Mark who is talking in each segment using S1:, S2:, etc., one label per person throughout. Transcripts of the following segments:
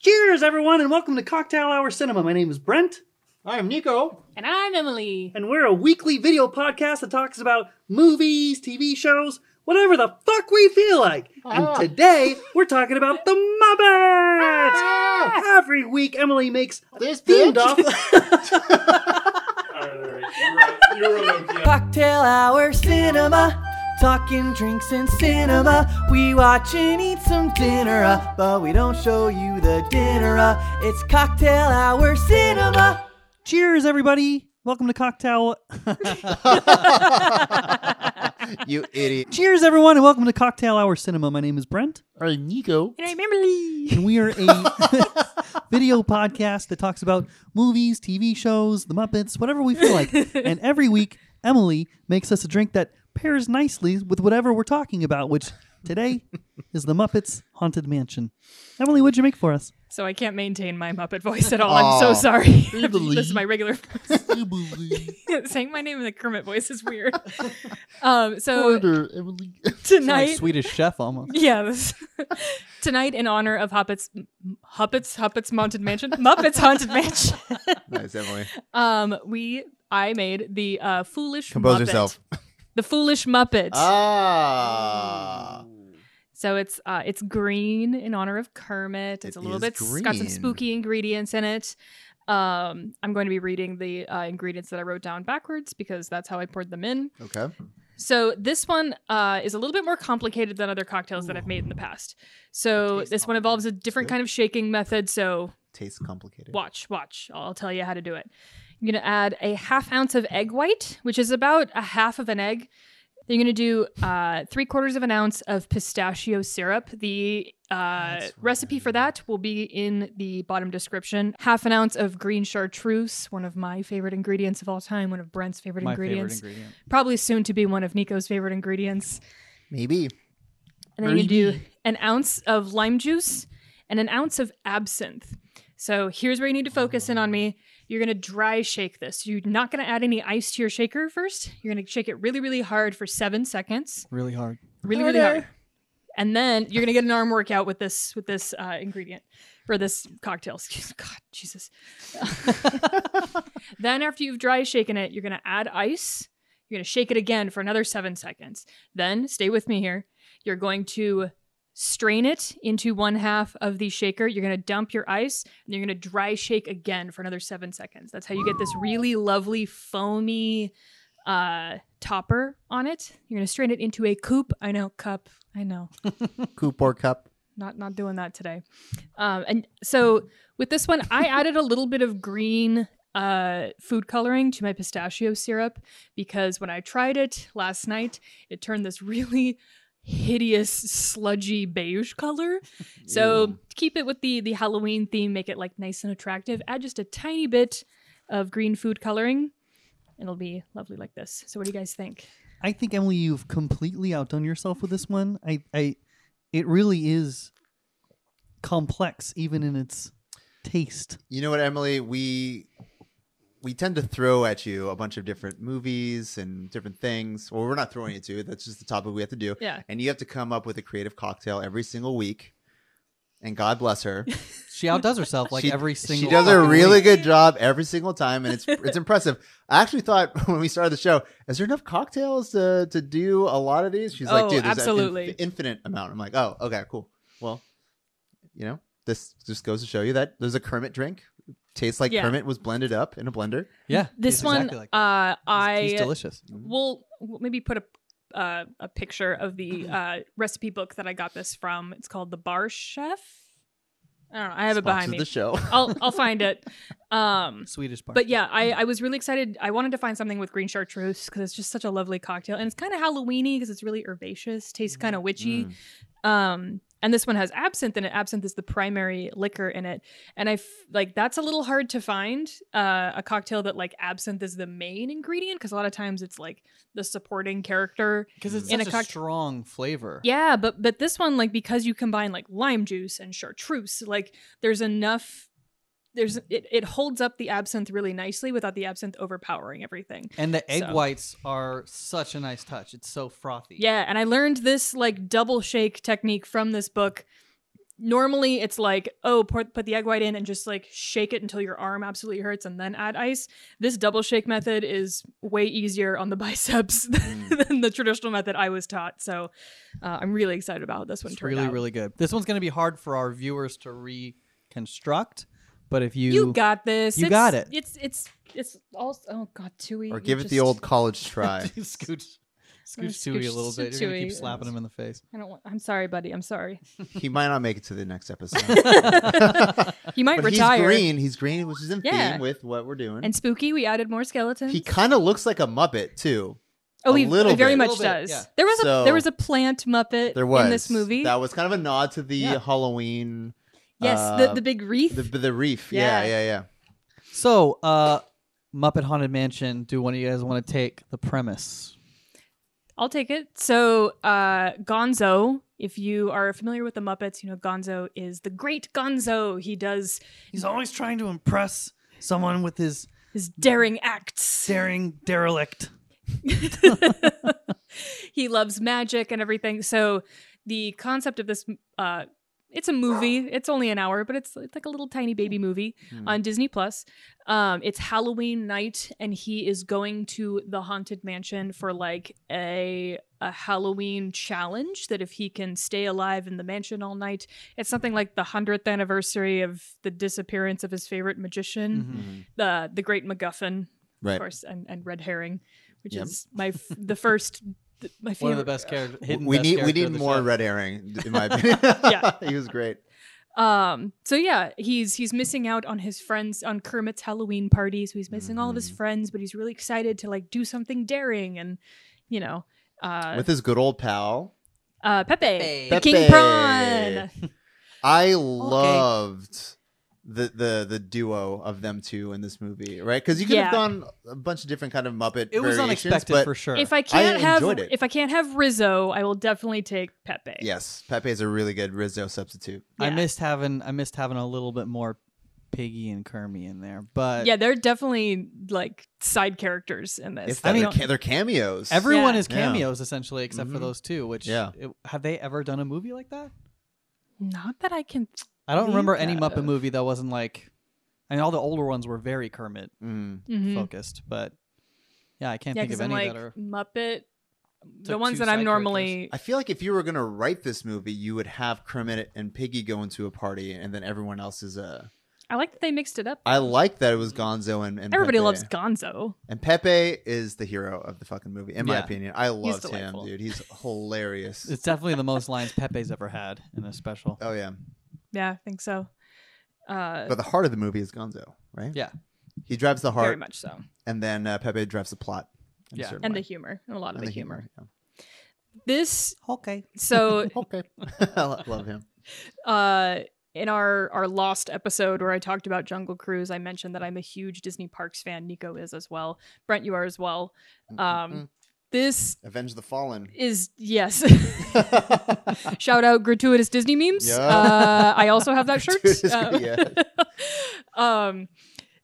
S1: Cheers, everyone, and welcome to Cocktail Hour Cinema. My name is Brent,
S2: I'm Nico.
S3: And I'm Emily.
S1: and we're a weekly video podcast that talks about movies, TV shows, whatever the fuck we feel like.
S2: Ah.
S1: And today, we're talking about the Muppets!
S2: Ah,
S1: Every week, Emily makes
S2: this
S1: themed
S2: bitch.
S1: off.
S4: Cocktail hour cinema. Talking drinks and cinema. We watch and eat some dinner, uh, but we don't show you the dinner. uh. It's cocktail hour cinema.
S1: Cheers, everybody! Welcome to Cocktail.
S2: you idiot.
S1: Cheers, everyone, and welcome to Cocktail Hour Cinema. My name is Brent.
S2: I'm Nico.
S3: And I'm Emily.
S1: and we are a video podcast that talks about movies, TV shows, the Muppets, whatever we feel like. and every week, Emily makes us a drink that pairs nicely with whatever we're talking about, which today is the Muppets Haunted Mansion. Emily, what'd you make for us?
S3: So I can't maintain my Muppet voice at all.
S2: Aw.
S3: I'm so sorry.
S2: Emily.
S3: this is my regular voice. Saying my name in the Kermit voice is weird. um, so
S2: Emily.
S3: tonight,
S1: Swedish chef almost.
S3: yeah, this- tonight in honor of Hoppet's, Huppet's, Huppet's Haunted Mansion, Muppet's Haunted Mansion.
S2: nice, Emily.
S3: Um, we, I made the uh, foolish
S2: Compose
S3: Muppet.
S2: yourself.
S3: The foolish Muppet.
S2: Ah.
S3: So it's uh, it's green in honor of Kermit. It's
S2: It
S3: a little
S2: is
S3: bit it's got some
S2: green.
S3: spooky ingredients in it. Um, I'm going to be reading the uh, ingredients that I wrote down backwards because that's how I poured them in.
S2: Okay.
S3: So this one uh, is a little bit more complicated than other cocktails that I've made in the past.
S2: It
S3: So
S2: tastes
S3: this one involves a different kind of shaking method. So
S2: Tastes complicated.
S3: watch, watch. I'll tell you how to do it. You're gonna add a half ounce of egg white, which is about a half of an egg. Then you're gonna do uh, three quarters of an ounce of pistachio syrup. The uh,
S2: That's what
S3: recipe for that will be in the bottom description. Half an ounce of green chartreuse, one of my favorite ingredients of all time, one of Brent's favorite ingredients,
S1: ingredient.
S3: probably soon to be one of Nico's favorite ingredients.
S2: Maybe.
S3: And then you do an ounce of lime juice and an ounce of absinthe. So here's where you need to focus in on me. You're gonna dry shake this. You're not gonna add any ice to your shaker first. You're gonna shake it really, really hard for seven seconds.
S1: Really hard.
S3: Really, really hard. And then you're gonna get an arm workout with this with this uh, ingredient or this cocktail. Excuse God, Jesus. then after you've dry shaken it, you're gonna add ice. You're gonna shake it again for another seven seconds. Then stay with me here. You're going to strain it into one half of the shaker. You're going to dump your ice and you're going to dry shake again for another seven seconds. That's how you get this really lovely foamy uh, topper on it. You're going to strain it into a coupe. I know, cup. I know.
S2: Coupe or cup.
S3: Not not doing that today. Um, and so with this one, I added a little bit of green uh, food coloring to my pistachio syrup because when I tried it last night, it turned this really hideous sludgy beige color. So to keep it with the the Halloween theme, make it like nice and attractive. Add just a tiny bit of green food coloring. and It'll be lovely like this. So what do you guys think?
S1: I think Emily, you've completely outdone yourself with this one. I, I, it really is complex, even in its taste.
S2: You know what, Emily? We we tend to throw at you a bunch of different movies and different things. Well, we're not throwing it to you. That's just the topic we have to do.
S3: Yeah.
S2: And you have to come up with a creative cocktail every single week. And God bless her.
S5: She outdoes herself like
S2: She-
S5: every single.
S2: She does a
S5: fucking
S2: really
S5: week.
S2: good job every single time, and it's it's impressive. I actually thought when we started the show, is there enough cocktails to to do a lot of these? She's like,
S3: Oh,
S2: dude, there's an
S3: absolutely.
S2: inf- infinite amount. I'm like, oh, okay, cool. Well, you know, this just goes to show you that there's a Kermit drink. Tastes like
S3: Yeah.
S2: Kermit was blended up in a blender.
S5: Yeah,
S3: This
S5: tastes
S3: one,
S5: exactly like that.
S3: uh, I
S5: He's delicious.
S3: we'll, we'll maybe put a uh, a picture of the uh, recipe book that I got this from. It's called The Bar Chef. I don't know. I have it behind
S2: Sponsors
S3: me.
S2: The show.
S3: I'll I'll find it. Um,
S5: Swedish part.
S3: but yeah, I, I was really excited. I wanted to find something with green chartreuse because it's just such a lovely cocktail, and it's kind of Halloweeny because it's really herbaceous, tastes kind of witchy. Um, and this one has absinthe in it. Absinthe is the primary liquor in it, and I f- like that's a little hard to find uh, a cocktail that like absinthe is the main ingredient because a lot of times it's like the supporting character.
S5: because it's
S3: in
S5: such
S3: a
S5: a,
S3: cock-
S5: strong flavor.
S3: Yeah, but but this one like because you combine like lime juice and chartreuse, like there's enough. There's it, it holds up the absinthe really nicely without the absinthe overpowering everything.
S5: and the egg
S3: So.
S5: whites are such a nice touch. It's so frothy.
S3: Yeah, and I learned this like double shake technique from this book. normally it's like, oh, pour, put the egg white in and just like shake it until your arm absolutely hurts and then add ice. This double shake method is way easier on the biceps
S5: Mm.
S3: than the traditional method I was taught. So uh, I'm really excited about how this one.
S5: It's
S3: turned
S5: really,
S3: out.
S5: really good. This one's going to be hard for our viewers to reconstruct, but if you,
S3: You got this.
S5: you
S3: it's,
S5: got it.
S3: It's it's it's all. Oh God, Tui.
S2: or
S3: you
S2: give it the
S3: just-
S2: old college try.
S5: scooch,
S3: gonna
S5: scooch Tui a
S3: scooch
S5: little
S3: some
S5: bit, you're going to
S3: Tui.
S5: keep slapping him in the face.
S3: I don't. Want, I'm sorry, buddy. I'm sorry.
S2: he might not make it to the next episode.
S3: You might
S2: but
S3: retire.
S2: he's green. He's green, which is in
S3: Yeah.
S2: theme with what we're doing.
S3: And spooky, we added more skeletons.
S2: he kind of looks like a Muppet too.
S3: oh,
S2: a
S3: he
S2: little
S3: he very
S2: bit.
S3: much
S5: Little bit,
S3: does.
S5: yeah.
S3: There was a
S2: So-
S3: there was a plant Muppet
S2: There was
S3: in this movie.
S2: That was kind of a nod to the
S5: Yeah.
S2: Halloween.
S3: yes,
S2: uh,
S3: the, the big wreath.
S2: the the reef. Yeah,
S3: Yeah.
S2: yeah, yeah.
S5: So, uh, Muppet Haunted Mansion, do one of you guys want to take the premise?
S3: I'll take it. So, uh, Gonzo, if you are familiar with the Muppets, you know Gonzo is the great Gonzo. He does
S1: He's always trying to impress someone with his
S3: his daring acts.
S1: daring derelict.
S3: he loves magic and everything. So the concept of this uh it's a movie. It's only an hour, but it's it's like a little tiny baby movie
S2: Hmm.
S3: on Disney Plus. Um it's Halloween night and he is going to the haunted mansion for like a a Halloween challenge that if he can stay alive in the mansion all night, it's something like the 100th anniversary of the disappearance of his favorite magician,
S2: Mm-hmm.
S5: Mm-hmm.
S3: the the great MacGuffin
S2: Right.
S3: of course, and, and Red Herring, which
S2: Yep.
S3: is my f- the first th- my
S5: One
S3: favorite.
S5: of the best characters. hidden
S2: we
S5: best
S2: need we
S5: character
S2: need
S5: of the
S2: more
S5: show.
S2: red herring, in my opinion.
S3: Yeah.
S2: he was great.
S3: Um. So yeah, he's he's missing out on his friends on Kermit's Halloween party, so he's missing all of his
S2: Mhm.
S3: friends, but he's really excited to like do something daring and, you know, uh,
S2: With his good old pal.
S3: uh Pepe,
S5: Pepe.
S3: the King
S2: Pepe.
S3: Prawn.
S2: I loved the the the duo of them two in this movie, right? Because you could
S3: Yeah.
S2: have gone a bunch of different kind of Muppet.
S5: It was
S2: variations,
S5: unexpected
S2: but
S5: for sure.
S3: If I can't have
S2: enjoyed it.
S3: if I can't have Rizzo, I will definitely take Pepe.
S2: Yes, Pepe is a really good Rizzo substitute.
S5: I
S3: Yeah.
S5: missed having I missed having a little bit more Piggy and Kermie in there, but
S3: Yeah, they're definitely like side characters in this.
S2: If
S5: I
S2: I mean,
S5: mean-
S2: they're cameos.
S5: everyone
S3: Yeah.
S5: is
S2: Yeah.
S5: cameos essentially, except for
S2: Mhm.
S5: those two. Which
S2: Yeah.
S5: it- have they ever done a movie like that?
S3: not that I can
S5: I don't
S3: We
S5: remember any
S3: have.
S5: Muppet movie that wasn't like. I mean, all the older ones were very Kermit
S2: Mm.
S3: Mhm.
S5: focused, but yeah, I can't
S3: yeah,
S5: think
S3: because
S5: of
S3: I'm
S5: any
S3: like
S5: that are.
S3: Muppet. The
S5: Took
S3: ones
S5: two
S3: that I'm
S5: side
S3: normally
S2: I feel like if you were gonna write this movie, you would have Kermit and Piggy go into a party, and then everyone else is a.
S3: I like that they mixed it up.
S2: I like that it was Gonzo and, and
S3: Everybody
S2: Pepe.
S3: loves Gonzo.
S2: And Pepe is the hero of the fucking movie, in my
S5: Yeah.
S2: opinion. I loved him,
S3: delightful.
S2: dude. He's hilarious.
S5: It's definitely the most lines Pepe's ever had in a special.
S2: oh yeah,
S3: Yeah, I think so. Uh,
S2: but the heart of the movie is Gonzo, right?
S5: Yeah.
S2: He drives the
S3: very
S2: heart,
S3: much so,
S2: and then uh, Pepe drives the plot. in a
S5: Yeah.
S2: certain
S3: and
S2: way.
S3: the humor, and a lot of
S2: And
S3: the, humor.
S2: humor,
S3: This
S5: Okay.
S3: so
S2: yeah. Okay, I lo- love him.
S3: uh, in our our lost episode where I talked about Jungle Cruise, I mentioned that I'm a huge Disney Parks fan. Nico is as well. Brent, you are as well. Um,
S2: Mm-mm-mm.
S3: this
S2: Avenge the Fallen.
S3: is yes.
S2: Dude,
S3: Shout out gratuitous Disney memes.
S2: Yeah.
S3: Uh, I also have that shirt.
S2: it's
S3: Uh,
S2: great, yeah.
S3: um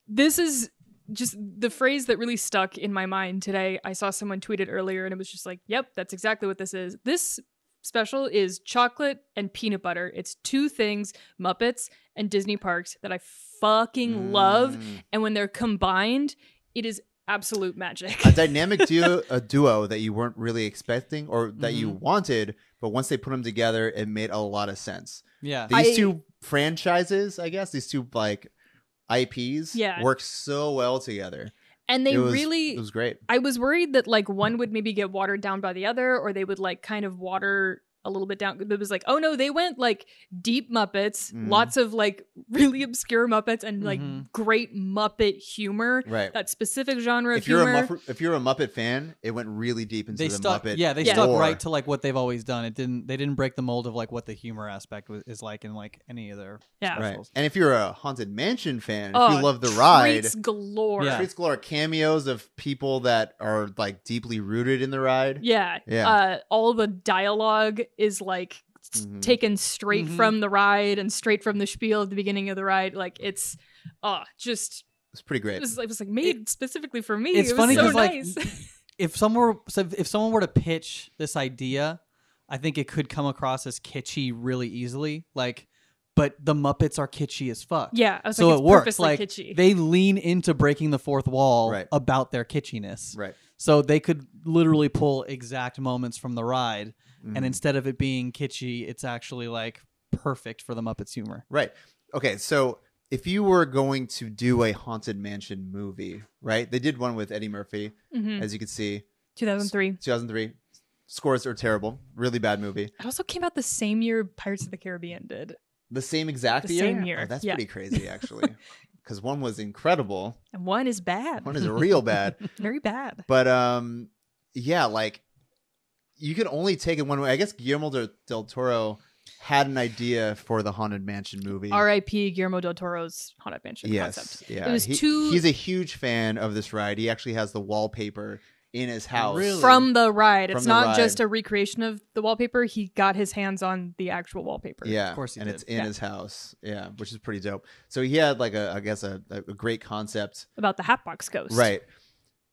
S3: this is just the phrase that really stuck in my mind today i saw someone tweet it earlier and it was just like yep that's exactly what this is this special is chocolate and peanut butter it's two things muppets and disney parks that i fucking love
S2: Mm.
S3: and when they're combined it is absolute magic
S2: a dynamic duo a duo that you weren't really expecting or that you
S3: Mm-hmm.
S2: wanted but once they put them together it made a lot of sense
S5: Yeah.
S2: these
S3: I-
S2: two franchises i guess these two like ips
S3: Yeah.
S2: work so well together
S3: and they
S2: It was-
S3: really
S2: it was great
S3: I was worried that like one would maybe get watered down by the other, or they would like kind of water a little bit down. It was like, oh no, they went like deep Muppets,
S2: Mhm.
S3: lots of like really obscure Muppets, and like
S5: Mhm.
S3: great Muppet humor.
S2: right
S3: That specific genre
S2: if
S3: of humor.
S2: you're a Muppet, if you're a Muppet fan, it went really deep into
S5: They
S2: the
S5: stuck,
S2: Muppet.
S5: yeah. They
S3: Yeah.
S5: stuck
S2: lore.
S5: right to like what they've always done. It didn't. They didn't break the mold of like what the humor aspect wa- is like in like any of their
S3: Yeah.
S2: right.
S5: specials.
S2: And if you're a Haunted Mansion fan,
S3: oh,
S2: if you love the ride,
S3: treats galore.
S5: Yeah.
S3: Yeah.
S2: Treats Galore cameos of people that are like deeply rooted in the ride.
S3: yeah.
S2: Yeah.
S3: Uh, all the dialogue is like s-
S2: Mhm.
S3: taken straight
S5: Mhm.
S3: from the ride and straight from the spiel at the beginning of the ride. Like it's, oh, just
S2: It's pretty great.
S3: it was, it was like made specifically for me.
S5: it's
S3: it was
S5: funny
S3: so
S5: because like
S3: nice.
S5: if someone were, so if someone were to pitch this idea, I think it could come across as kitschy really easily. Like but the Muppets are kitschy as fuck.
S3: Yeah, I was
S5: so
S3: like, it's
S5: it works.
S3: purposely
S5: Like
S3: kitschy.
S5: they lean into breaking the fourth wall
S2: Right.
S5: about their kitschiness.
S2: Right.
S5: So they could literally pull exact moments from the ride,
S2: Mm.
S5: and instead of it being kitschy, it's actually like perfect for the Muppets humor.
S2: Right. Okay. So if you were going to do a haunted mansion movie, right? They did one with Eddie Murphy,
S3: Mhm.
S2: as you can see,
S3: 2003.
S2: 2003. Scores are terrible. Really bad movie.
S3: It also came out the same year Pirates of the Caribbean did,
S2: The same exact
S3: The
S2: year.
S3: same year,
S2: Oh, that's
S3: yeah.
S2: pretty crazy, actually, because one was incredible,
S3: and one is bad,
S2: one is real bad.
S3: very bad.
S2: But um, yeah, like you can only take it one way. I guess Guillermo del- del Toro had an idea for the haunted mansion movie.
S3: R.I.P. Guillermo del Toro's Haunted Mansion
S2: yes,
S3: concept.
S2: yeah.
S3: It was
S2: He-
S3: two-
S2: He's a huge fan of this ride. He actually has the wallpaper in his house.
S5: Really?
S3: From the ride,
S2: From
S3: it's
S2: the
S3: not
S2: ride.
S3: just a recreation of the wallpaper. He got his hands on the actual wallpaper.
S2: Yeah,
S5: Of course he
S2: and
S5: did.
S2: it's in
S3: Yeah.
S2: his house. Yeah, which is pretty dope. So he had like a, I guess a, a great concept,
S3: about the Hatbox Ghost.
S2: right?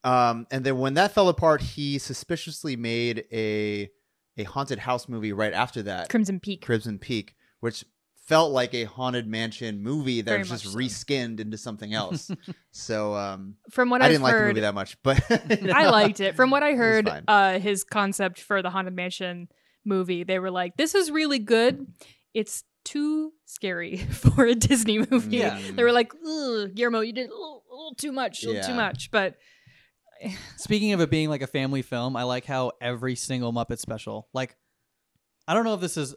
S2: Um, and then when that fell apart, he suspiciously made a a haunted house movie right after that.
S3: Crimson Peak.
S2: Crimson Peak, which felt like a haunted mansion movie that
S3: Very
S2: was just
S3: much so.
S2: reskinned into something else. so um,
S3: From what
S2: I
S3: I've
S2: didn't like the
S3: heard,
S2: movie that much, but
S3: I liked it. From what I heard,
S2: fine.
S3: uh, his concept for the Haunted Mansion movie, they were like, "This is really good. It's too scary for a Disney movie."
S5: Yeah.
S3: They were like, "Ugh, "Guillermo, you did a little, a little too much, a little too
S2: Yeah.
S3: much." But
S5: Speaking of it being like a family film, I like how every single Muppet special, like, I don't know if this is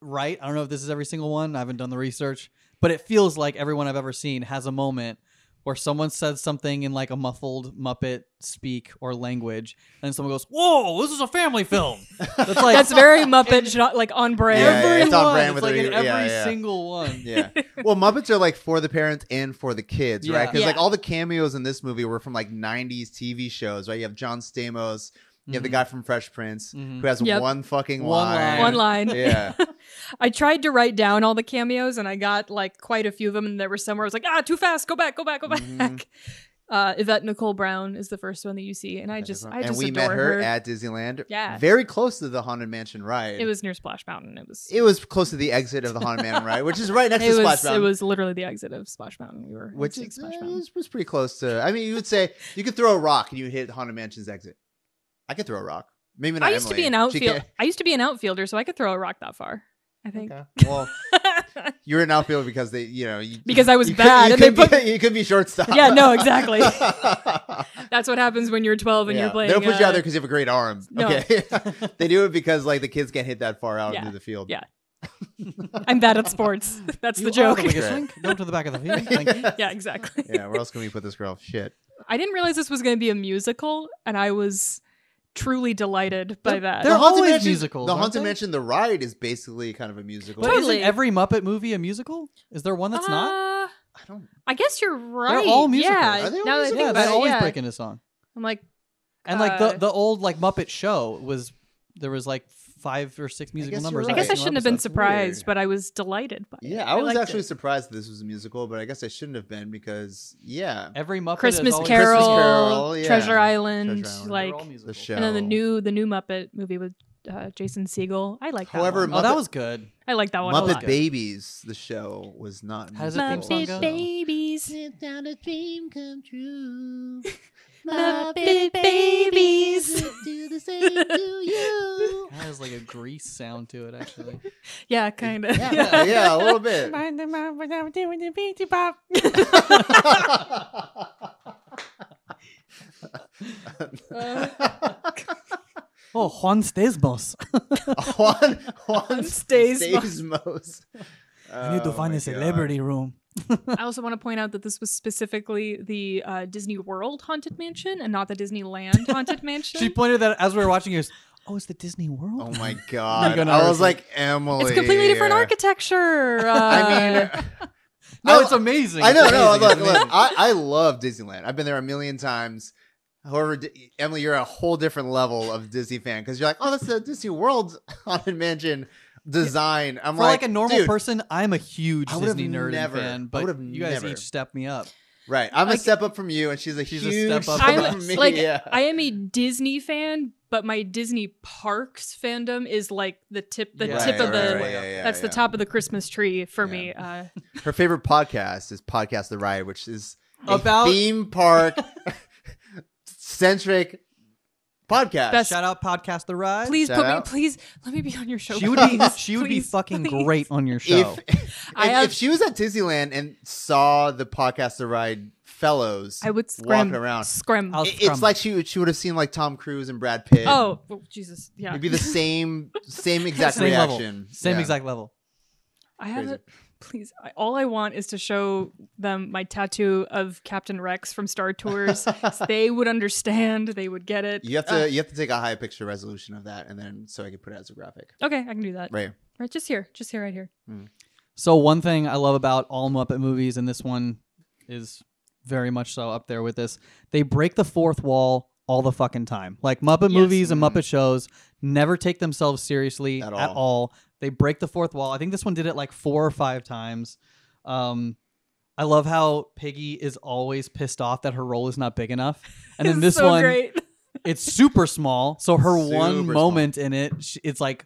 S5: right. I don't know if this is every single one. I haven't done the research, but it feels like everyone I've ever seen has a moment where someone says something in like a muffled Muppet speak or language, and then someone goes, "Whoa, this is a family film." That's like
S3: that's very Muppet, shot, like on brand.
S2: Yeah, yeah, it's on
S5: everyone.
S2: brand
S5: It's
S2: with
S5: like
S2: the-
S5: in
S2: yeah,
S5: every
S2: yeah.
S5: single one.
S2: yeah. Well, Muppets are like for the parents and for the kids, right?
S5: Yeah.
S2: Because like
S3: Yeah.
S2: all the cameos in this movie were from like '90s TV shows, right? You have John Stamos, you have the
S5: Mhm.
S2: guy from Fresh Prince
S5: Mhm.
S2: who has
S3: Yep.
S2: one fucking
S5: One
S2: line.
S3: One line.
S2: Yeah.
S3: I tried to write down all the cameos and I got like quite a few of them, and there were somewhere I was like, ah, too fast, go back, go back, go back.
S2: Mhm.
S3: Uh, Yvette Nicole Brown is the first one that you see, and I just, I
S2: and
S3: just
S2: we
S3: adore
S2: met her, at Disneyland.
S3: Yeah.
S2: Very close to the Haunted Mansion ride.
S3: it was near Splash Mountain. It was, it,
S2: It was close to the exit of the Haunted Mansion ride, which is right next to Splash
S3: was,
S2: Mountain.
S3: it was literally the exit of Splash Mountain. We were
S2: which
S3: exiting
S2: is,
S3: Splash
S2: uh,
S3: Mountain.
S2: was, was pretty close to. I mean, you would say you could throw a rock and you would hit Haunted Mansion's exit. I could throw a rock. Maybe not.
S3: I used to be an
S2: Emily. She
S3: outfield. I used to be an outfielder, so I could throw a rock that far. I think
S2: can't- okay. Well, you were an outfielder because they, you know, you,
S3: because I was
S2: you could-
S3: bad,
S2: you
S3: and they
S2: could
S3: put.
S2: be, you could be shortstop.
S3: yeah, no, exactly.
S2: yeah.
S3: That's what happens when you're 12 and you're playing.
S2: They'll put you
S3: uh,
S2: out there because you have a great arm.
S3: No.
S2: Okay, they do it because like the kids can't hit that far out
S3: Yeah.
S2: into the field.
S3: Yeah. uh, I'm bad at sports. That's
S5: You
S3: the
S5: are
S3: joke.
S5: biggest link. Go to the back of the field. Thank you.
S3: yeah, exactly.
S2: Oh Yeah, where else can we put this girl? Shit.
S3: I didn't realize this was going to be a musical, and I was truly delighted by that.
S5: they're-
S2: The Haunted
S5: always
S2: Mansion-
S5: musicals,
S2: The
S5: aren't
S2: Haunted
S5: they?
S2: Mansion, the ride is basically kind of a musical.
S5: But
S3: Totally.
S5: isn't every Muppet movie a musical? Is there one that's not?
S3: Uh,
S2: I don't.
S3: I guess you're right.
S5: all musicals.
S3: Yeah,
S2: Are they
S3: now
S2: all
S3: that I
S2: musicals?
S3: think
S5: Yeah,
S3: about
S5: they
S3: it,
S5: always
S3: yeah.
S5: break into song.
S3: I'm like,
S5: And like the
S3: Uh,
S5: the old like Muppet show was there was like five or six musical
S2: guess
S5: numbers.
S2: you're
S3: I
S2: Right.
S3: guess I
S2: Well,
S3: shouldn't have been
S5: episodes.
S3: surprised,
S2: weird.
S3: but I was delighted by it.
S2: Yeah, I was
S3: liked
S2: actually
S3: it.
S2: surprised that this was a musical, but I guess I shouldn't have been because yeah,
S5: Every Muppet is
S3: Christmas
S5: always-
S3: Carol,
S2: Christmas Carol, yeah.
S3: Treasure
S2: Treasure
S3: Island,
S2: Island.
S5: They're
S3: like,
S5: all
S2: the
S5: musical.
S2: show.
S3: and then the new the new Muppet movie with uh, Jason Segel. I like that.
S2: However,
S3: one.
S5: Oh, that
S2: Muppet-
S5: was good.
S3: I like that one a
S2: Muppet
S3: lot.
S2: Babies, the show was not.
S5: How does the theme song
S3: Muppet
S5: go?
S3: Babies,
S2: Sit down a dream come true.
S3: Muppet Babies.
S2: do the same to you.
S5: That has like a grease sound to it actually.
S3: Yeah, kind of.
S2: Yeah, yeah, a little bit.
S5: Oh, Juan Stesmos.
S2: Juan, Juan
S3: Stays-
S2: Stamos.
S5: I need to
S2: Oh
S5: find
S2: my
S5: a celebrity room.
S3: I also want to point out that this was specifically the uh, Disney World Haunted Mansion and not the Disneyland Haunted Mansion.
S5: She pointed that as we were watching. It was, oh, it's the Disney World.
S2: God. Oh my god!
S5: gonna
S2: I was
S5: argue.
S2: like Emily.
S3: it's completely different architecture. Uh,
S2: I mean,
S5: no,
S2: I-
S5: it's amazing.
S2: I know,
S5: It's
S2: no,
S5: amazing,
S2: look,
S5: it's amazing.
S2: look, I, I love Disneyland. I've been there a million times. However, D- Emily, you're a whole different level of Disney fan because you're like, oh, that's the Disney World haunted mansion design. I'm
S5: For like, a normal
S2: dude,
S5: person, I'm a huge
S2: I would've
S5: Disney nerd
S2: never-
S5: and fan,
S2: I
S5: but
S2: would've
S5: you guys
S2: never.
S5: each step me up.
S2: Right. I'm
S3: Like-
S2: a step up from you, and she's a
S5: She's a
S2: huge
S5: step up
S2: step
S5: from us.
S2: up from me.
S3: like
S2: yeah.
S3: I am a Disney fan but my Disney parks fandom is like the tip, the
S5: Yeah.
S3: tip
S2: Right,
S3: of
S2: right,
S3: the.
S2: right, yeah, yeah,
S3: that's the
S2: yeah.
S3: top of the Christmas tree for
S2: Yeah.
S3: me. Uh,
S2: Her favorite podcast is Podcast the Ride, which is a
S5: About-
S2: theme park centric podcast.
S3: Best-
S5: Shout out podcast the ride.
S3: please
S2: Shout
S3: put
S2: out.
S3: me, please let me be on your show.
S5: She would be
S3: please,
S5: she would be
S3: please,
S5: fucking
S3: please.
S5: great on your show.
S2: if, if,
S3: I have-
S2: if she was at Disneyland and saw the Podcast the Ride fellows
S3: I would
S2: walking
S3: scrim
S2: around,
S3: scrim.
S5: I'll
S2: it-
S5: scrum.
S2: it's like she would- she would have seen like Tom Cruise and Brad Pitt.
S3: oh well, Jesus, yeah.
S2: it'd be the same same exact
S5: same
S2: reaction.
S5: level. Same
S2: Yeah.
S5: exact level.
S3: I have
S2: Crazy.
S3: a Please, I, all I want is to show them my tattoo of Captain Rex from Star Tours. So they would understand. They would get it.
S2: You have
S3: Uh,
S2: to you have to take a high picture resolution of that, and then so I can put it as a graphic.
S3: okay, I can do that. Right.
S2: Right.
S3: just here, just here, right here.
S5: So one thing I love about all Muppet movies, and this one is very much so up there with this, they break the fourth wall all the fucking time. Like Muppet
S3: Yes. Mm-hmm.
S5: movies and Muppet shows never take themselves seriously
S2: At
S5: at
S2: all.
S5: all. They break the fourth wall. I think this one did it like four or five times. Um, I love how Piggy is always pissed off that her role is not big enough, and then
S3: It's
S5: this
S3: so
S5: one
S3: great.
S5: it's super small. So her
S2: Super
S5: one
S2: small.
S5: moment in it, sh it's like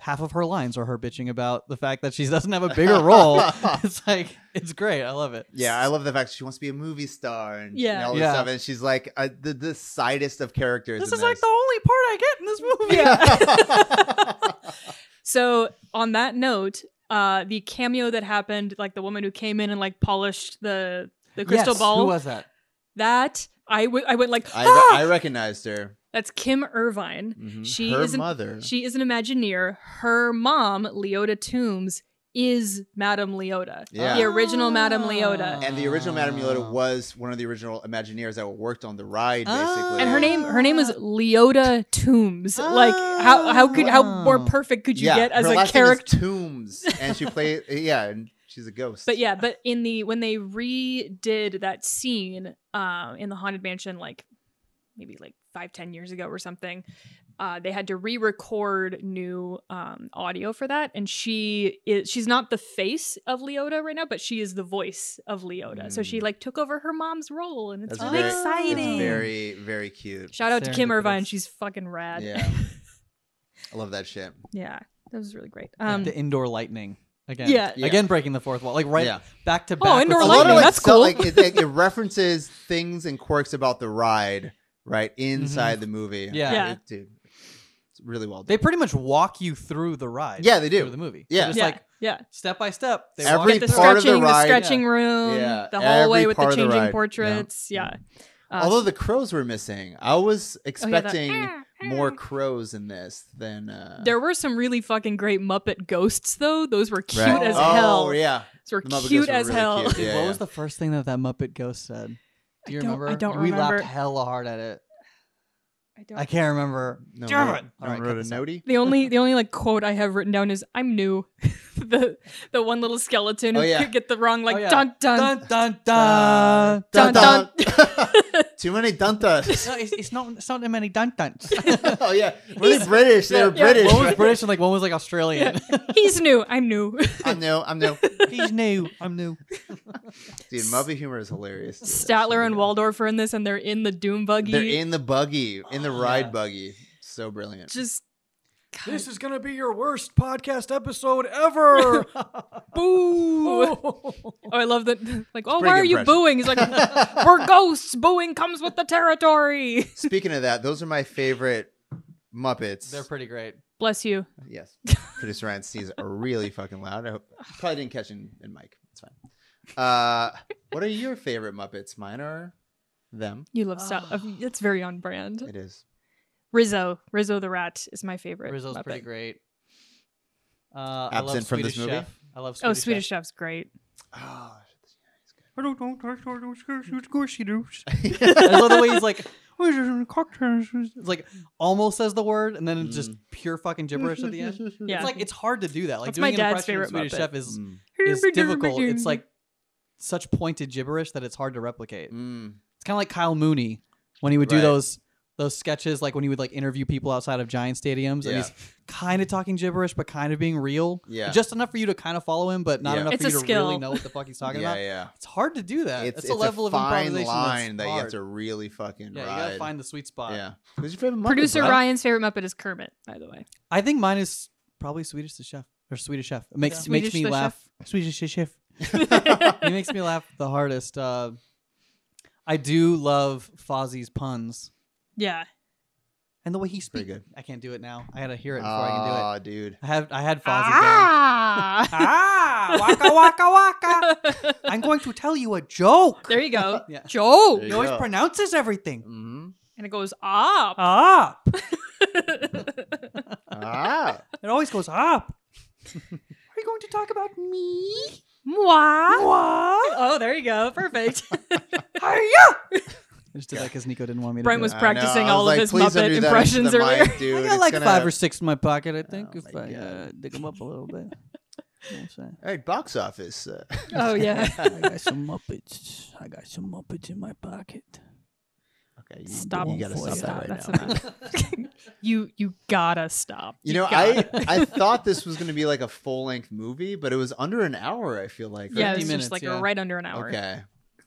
S5: half of her lines are her bitching about the fact that she doesn't have a bigger role. it's like it's great. I love it.
S2: Yeah, I love the fact she wants to be a movie star and,
S3: Yeah.
S2: and all this
S5: Yeah.
S2: stuff, and she's like uh, the the sidest of characters.
S5: This
S2: in
S5: is like the only part I get in this movie.
S3: So on that note, uh, the cameo that happened, like the woman who came in and like polished the the crystal
S5: Yes,
S3: ball,
S5: Who was that?
S3: that I w- I went like,
S2: I,
S3: "Ah!"
S2: I recognized her.
S3: that's Kim Irvine.
S2: Mhm.
S3: She
S2: her
S3: is an,
S2: mother.
S3: She is an Imagineer. Her mom, Leota Toombs, is Madame Leota,
S2: Yeah.
S3: the original Madame Leota.
S2: and the original Madame Leota
S3: Oh.
S5: Ah.
S2: was one of the original Imagineers that worked on the ride, basically.
S5: Ah.
S3: And her name her name was Leota Toombs. like how how could how more
S5: Wow.
S3: perfect could you
S2: yeah,
S3: get as
S2: her
S3: a
S2: last
S3: character?
S2: name is Tombs, and she played. Yeah, and she's a ghost.
S3: But yeah, but in the when they redid that scene uh, in the haunted mansion, like maybe like five ten years ago or something, uh, they had to re-record new um, audio for that, and she is she's not the face of Leota right now, but she is the voice of Leota. So she like took over her mom's role, and it's
S2: Mm. That's
S3: really
S2: very- that's
S3: exciting.
S2: it's very very cute.
S3: Shout out to Kim
S5: Serendipitous.
S3: Irvine, she's fucking rad.
S2: Yeah, I love that shit.
S3: Yeah, that was really great.
S5: Like
S3: Um,
S5: the indoor lightning. Again.
S3: Yeah. Oh,
S2: Yeah.
S5: Again breaking the fourth wall. Like right
S2: Yeah.
S5: back to back. with
S3: indoor
S5: the-
S2: a
S3: lightning,
S2: lot of like,
S3: that's
S2: stuff,
S3: cool.
S2: like it, it, it references things and quirks about the ride right inside the movie.
S5: Mm-hmm. Yeah.
S3: Yeah.
S2: It- dude, it's really well
S5: They
S2: done.
S5: pretty much walk you through the ride.
S2: Yeah, they do.
S5: Through the movie.
S2: Yeah.
S5: Just
S3: yeah,
S5: like
S3: yeah.
S5: step by step. They
S2: Every
S5: walk you
S3: the
S5: through.
S2: part of the
S3: stretching,
S2: ride.
S3: stretching room,
S2: Yeah,
S3: the hallway
S2: every
S3: with
S2: part
S3: the
S2: of the
S3: changing
S2: ride. Yeah.
S3: portraits. Yeah. Uh,
S2: Although the crows were missing, I was
S3: oh, yeah, that-
S2: expecting more crows in this than uh,
S3: There were some really fucking great Muppet ghosts, though. Those were cute
S2: right.
S3: as
S2: oh,
S3: hell.
S2: yeah,
S3: Those were
S2: The Muppet
S3: cute
S2: ghosts were
S3: as
S2: really
S3: hell.
S2: cute.
S5: Dude,
S2: Yeah,
S5: what
S2: yeah.
S5: was the first thing that that Muppet ghost said? Do you
S3: I don't- I
S5: remember?
S3: don't
S5: we
S3: remember.
S5: laughed hella hard at it.
S3: I don't-
S5: I can't remember.
S2: No,
S5: Damn
S2: no,
S5: it.
S2: no
S5: All right,
S2: wrote
S5: cut
S2: a
S5: this out.
S2: notey.
S3: The only the only like quote I have written down is "I'm new." the the one little skeleton who
S2: Oh, yeah.
S3: could get the wrong like
S5: Oh, yeah.
S3: dun dun.
S5: Dun dun dun.
S3: Uh, Dun,
S2: Dun, dun. Too many duntas.
S5: No, it's, it's not. It's not that many dun duns.
S2: oh yeah, were they British? They were
S3: yeah.
S2: British.
S5: one was British and like one was like Australian.
S3: He's new. I'm new.
S2: I'm new. I'm new.
S5: He's new. I'm new.
S2: Dude, Muppet humor is hilarious. dude.
S3: Statler and Waldorf are in this, and they're in the Doom buggy.
S2: They're in the buggy, in the
S5: Oh,
S2: ride
S5: yeah.
S2: buggy. So brilliant.
S3: just God,
S5: is gonna be your worst podcast episode ever.
S3: boo. Oh, I love that. Like, oh,
S2: pretty
S3: why are
S2: good
S3: you
S2: impression.
S3: booing? He's like, we're ghosts. Booing comes with the territory.
S2: Speaking of that, those are my favorite Muppets.
S5: They're pretty great.
S3: Bless you.
S2: yes. Producer Ryan sees are really fucking loud. I hope probably didn't catch in, in mic. It's fine. Uh, what are your favorite Muppets? Mine are them.
S3: You love stuff. That's very on brand.
S2: It is.
S3: Rizzo, Rizzo the Rat is my favorite.
S5: Rizzo's
S3: Muppet.
S5: pretty great. Uh, I love
S2: Absent from this
S5: Swedish
S2: movie?
S5: Chef. I love
S3: Oh,
S5: Swedish
S3: Swedish
S5: Chef.
S3: Chef's great.
S2: Oh,
S1: I don't know. Of course she does.
S5: I love the way he's like
S1: Where's your cocktails?
S5: It's like almost says the word and then it's just
S2: Mm.
S5: pure fucking gibberish at the end.
S3: Yeah.
S5: It's like it's hard to do that. Like
S3: That's
S5: doing
S3: my
S5: an
S3: dad's
S5: impression of
S3: favorite
S5: Swedish
S3: Muppet.
S5: Chef is
S2: Mm,
S5: is difficult. It's like such pointed gibberish that it's hard to replicate.
S2: mm.
S5: It's kind of like Kyle Mooney when he would do
S2: Right.
S5: those those sketches like when he would like interview people outside of giant stadiums and
S2: Yeah.
S5: he's kind of talking gibberish but kind of being real.
S2: Yeah.
S5: Just enough for you to kind of follow him, but not
S2: Yeah.
S5: enough
S3: It's
S5: for
S3: a
S5: you to really
S3: skill.
S5: know what the fuck he's talking
S2: yeah,
S5: about.
S2: yeah.
S5: It's hard to do that.
S2: It's,
S5: a level of
S2: fine
S5: improvisation that's
S2: line that you have
S5: hard.
S2: to really fucking
S5: Yeah, you
S2: ride.
S5: gotta find the sweet spot.
S2: yeah. Who's your favorite Muppet,
S3: Producer
S2: bro?
S3: Ryan's favorite Muppet is Kermit, by the way.
S5: I think mine is probably Swedish the chef or Swedish chef. It makes
S3: Yeah.
S5: makes
S3: Swedish
S5: me
S3: the
S5: laugh. Swedish the chef. he makes me laugh the hardest. Uh, I do love Fozzie's puns
S3: Yeah.
S5: and the way he
S2: Pretty
S5: speaks.
S2: good. Uh,
S5: I can't do it now. I gotta hear it before I can do it.
S2: Aw, dude.
S5: I have I had Fozzie. down.
S3: Ah!
S5: ah waka waka waka. I'm going to tell you a joke.
S3: there you go.
S5: Yeah.
S3: Joe.
S2: There
S5: He
S2: you
S5: always
S2: go.
S5: pronounces everything.
S2: Mhm.
S3: And it goes up.
S5: Up.
S2: Ah,
S5: It always goes up. Are you going to talk about me?
S3: Mwah.
S5: What?
S3: Oh, there you go. Perfect.
S5: Hiya! I just did that because Nico didn't want me to.
S3: Brent
S5: do
S3: was
S5: it.
S2: I
S3: practicing
S2: know. I
S3: all of
S2: was like,
S3: his Muppet
S2: "Please don't do that into the
S3: impressions
S2: mic,
S3: earlier.
S2: dude.
S5: I
S2: It's
S5: got like
S2: gonna-
S5: five or six in my pocket, I think,
S2: Oh
S5: if
S2: my
S5: I uh, dig them up a little bit. You know what I'm
S2: Hey, box office. Uh,
S3: Oh, yeah.
S5: saying? I got some Muppets. I got some Muppets in my pocket.
S2: okay, you,
S3: Stop.
S2: You gotta
S5: for
S2: stop
S5: you.
S2: that right
S3: That's
S2: now.
S3: enough. you you gotta stop.
S2: You know, I
S3: gotta.
S2: I thought this was gonna be like a full length movie, but it was under an hour. I feel like.
S3: yeah,
S2: right?
S3: it's
S5: 50 minutes,
S3: just like
S5: yeah.
S3: right under an hour.
S2: Okay.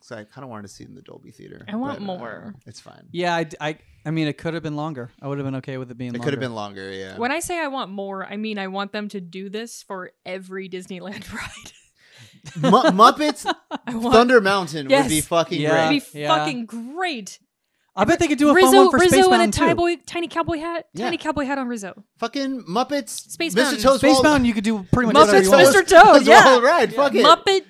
S2: So I kind of wanted to see it in the Dolby theater.
S3: I want
S2: but, uh,
S3: more.
S2: it's fine.
S5: Yeah, I, d- I- I mean, it could have been longer. I would have been okay with it being.
S2: It
S5: longer.
S2: could have been longer. Yeah.
S3: When I say I want more, I mean I want them to do this for every Disneyland ride.
S2: Mu- Muppets
S3: I want
S2: Thunder Mountain
S3: Yes.
S2: would be fucking
S5: Yeah.
S2: great.
S3: It'd be
S5: Yeah.
S3: fucking great.
S5: I bet they could do a fun
S3: Rizzo,
S5: one for Space
S3: Rizzo in a
S5: Mountain
S3: tie
S5: too.
S3: boy, tiny cowboy hat, tiny
S2: Yeah.
S3: cowboy hat on Rizzo.
S2: Fucking Muppets.
S3: Space
S2: Mr.
S3: Mountain.
S2: Toad's
S5: Space
S2: Wild-
S5: Mountain, you could do pretty much
S3: Muppets,
S5: whatever you want.
S3: Mr. Toad,
S2: Toad's
S3: yeah.
S2: Wild Ride. Fuck it.
S3: Muppet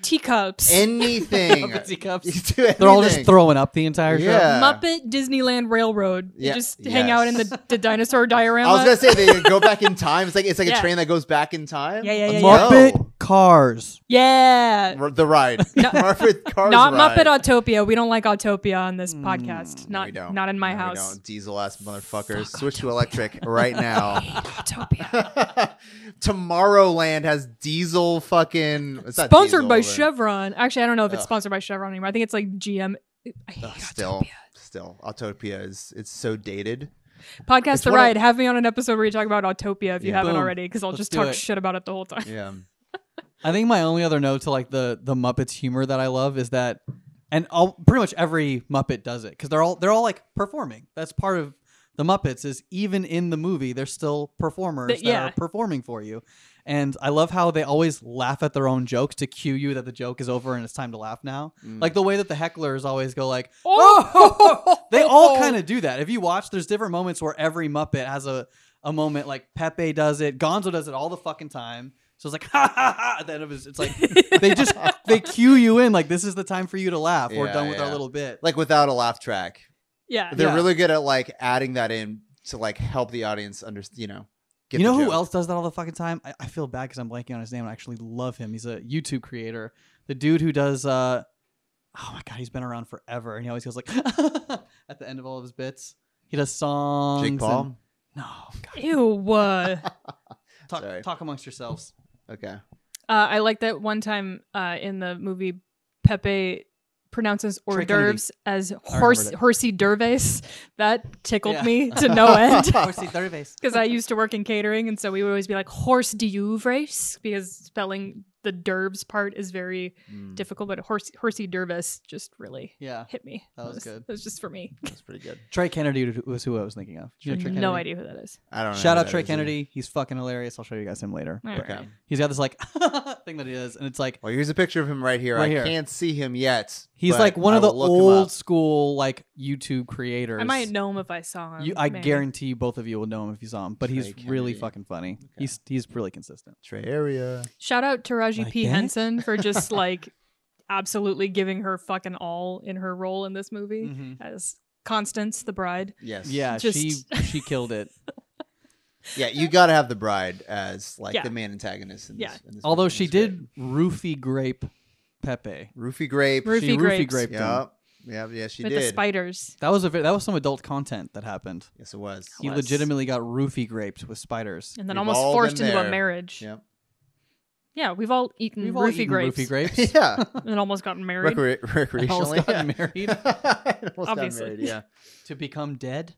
S3: teacups.
S2: Anything.
S5: Muppet
S2: You
S5: cups.
S2: do
S5: They're all just
S2: anything.
S5: throwing up the entire show.
S2: Yeah.
S3: Muppet Disneyland Railroad. You
S2: uh, Yeah.
S3: Just hang out in the, the dinosaur diorama.
S2: I was gonna say they go back in time. It's like it's like
S3: Yeah.
S2: a train that goes back in time.
S3: Yeah, yeah, yeah, yeah.
S5: Muppet cars.
S3: yeah.
S2: R- the ride.
S3: No-
S2: Muppet cars.
S3: Not Muppet
S2: ride.
S3: Autopia. We don't like Autopia on this podcast.
S2: No,
S3: Not
S2: we don't.
S3: not in my
S2: No, we
S3: house.
S2: don't. Diesel ass motherfuckers. Switch to electric right now.
S3: Autopia.
S2: Tomorrowland has diesel fucking. It's not
S3: Sponsored by
S2: diesel,
S3: Chevron. Actually, I don't know if it's
S2: Ugh.
S3: sponsored by Chevron anymore. I think it's like GM. I hate
S2: but- Ugh,
S3: Autopia.
S2: still, still, Autopia is it's so dated.
S3: Podcast
S2: It's
S3: the
S2: one of-
S3: ride. Have me on an episode where you talk about Autopia if you
S2: Yeah.
S3: haven't
S5: Boom.
S3: already, because I'll
S5: Let's
S3: just
S5: do
S3: talk
S5: it.
S3: shit about it the whole time.
S2: Yeah,
S5: I think my only other note to like the the Muppets humor that I love is that, and all pretty much every Muppet does it because they're all they're all like performing. That's part of the Muppets is even in the movie they're still performers
S3: But-
S5: that
S3: yeah.
S5: are performing for you, and I love how they always laugh at their own jokes to cue you that the joke is over and it's time to laugh now. Like the way that the hecklers always go like, oh, they all kind of do that. If you watch, there's different moments where every Muppet has a a moment like Pepe does it, Gonzo does it all the fucking time. So it's like ha ha ha. At the end of it, it's like they just they cue you in like this is the time for you to laugh. We're
S2: Yeah,
S5: done with our
S2: yeah.
S5: little bit.
S2: like without a laugh track,
S3: Yeah.
S2: they're
S5: Yeah.
S2: really good at like adding that in to like help the audience understand. You know, get
S5: you know
S2: the
S5: who
S2: joke.
S5: else does that all the fucking time? I, I feel bad because I'm blanking on his name. and I actually love him. He's a YouTube creator. The dude who does. uh Oh my god, he's been around forever, and he always goes like at the end of all of his bits. He does songs.
S2: Jake
S5: and-
S2: Paul.
S5: no, god.
S3: Ew. Uh,
S5: Talk,
S2: Sorry.
S5: talk amongst yourselves.
S2: Okay.
S3: Uh, I like that one time uh, in the movie, Pepe pronounces hors
S5: Trey Kennedy.
S3: d'oeuvres as
S5: remember
S3: horse
S5: that.
S3: horsey d'oeuvres. That tickled
S5: Yeah.
S3: me to no end
S5: Horsey Thirties.
S3: because I used to work in catering, and so we would always be like horse d'oeuvres because spelling the d'oeuvres part is very
S2: Mm,
S3: difficult. But horse horsey d'oeuvres just really
S5: Yeah,
S3: hit me.
S5: That was good.
S3: That was just for me.
S2: that's pretty good.
S5: Trey Kennedy was who I was thinking of. Do you know Trey
S3: No
S5: Kennedy?
S3: idea who that is.
S2: I don't know.
S5: Shout
S2: who
S5: out
S2: that
S5: Trey
S2: is either.
S5: Kennedy. He's fucking hilarious. I'll show you guys him later.
S3: All
S5: But
S3: right.
S5: He's got this like thing that he does, and it's like
S2: Well, here's a picture of him right here.
S5: Right
S2: I
S5: here.
S2: can't see him yet.
S5: he's
S2: but
S5: like one
S2: I
S5: of the
S2: will look him up.
S5: old school like YouTube creators.
S3: I might know him if I saw him.
S5: You, I
S3: maybe.
S5: guarantee you both of you will know him if you saw him. But he's
S2: Trey
S5: really
S2: Kennedy.
S5: fucking funny. He's he's really consistent.
S2: Trey area.
S3: Shout out to Raji
S5: Like
S3: P.
S5: that?
S3: Henson for just like absolutely giving her fucking all in her role in this movie
S5: Mm-hmm.
S3: as Constance, the bride.
S2: Yes.
S5: Yeah,
S3: Just-
S5: she she killed it.
S2: Yeah. You got to have the bride as like
S3: Yeah.
S2: the main antagonist. In
S3: Yeah.
S2: This, in this
S5: Although
S2: movie.
S5: she
S2: It's great.
S5: did roofie grape Pepe.
S2: Roofy Grape.
S3: Roofie
S5: she roofie
S3: grapes.
S5: graped him.
S2: Yep. Yeah. Yeah. She
S3: with the
S2: did.
S3: spiders.
S5: That was a ve- that was some adult content that happened.
S2: yes, it was.
S5: He
S3: Was.
S5: legitimately got roofie graped with spiders.
S3: And then
S2: We've
S3: almost
S2: all
S3: forced
S2: been
S3: into a
S2: there.
S3: marriage.
S2: Yep.
S3: Yeah, we've all eaten
S5: We've all
S3: roofie
S5: eaten
S3: grapes
S5: roofie grapes.
S2: yeah.
S3: and almost gotten married.
S2: Recre- recreationally.
S5: Almost gotten married
S2: Almost got
S3: Obviously.
S2: married, yeah.
S5: to become dead.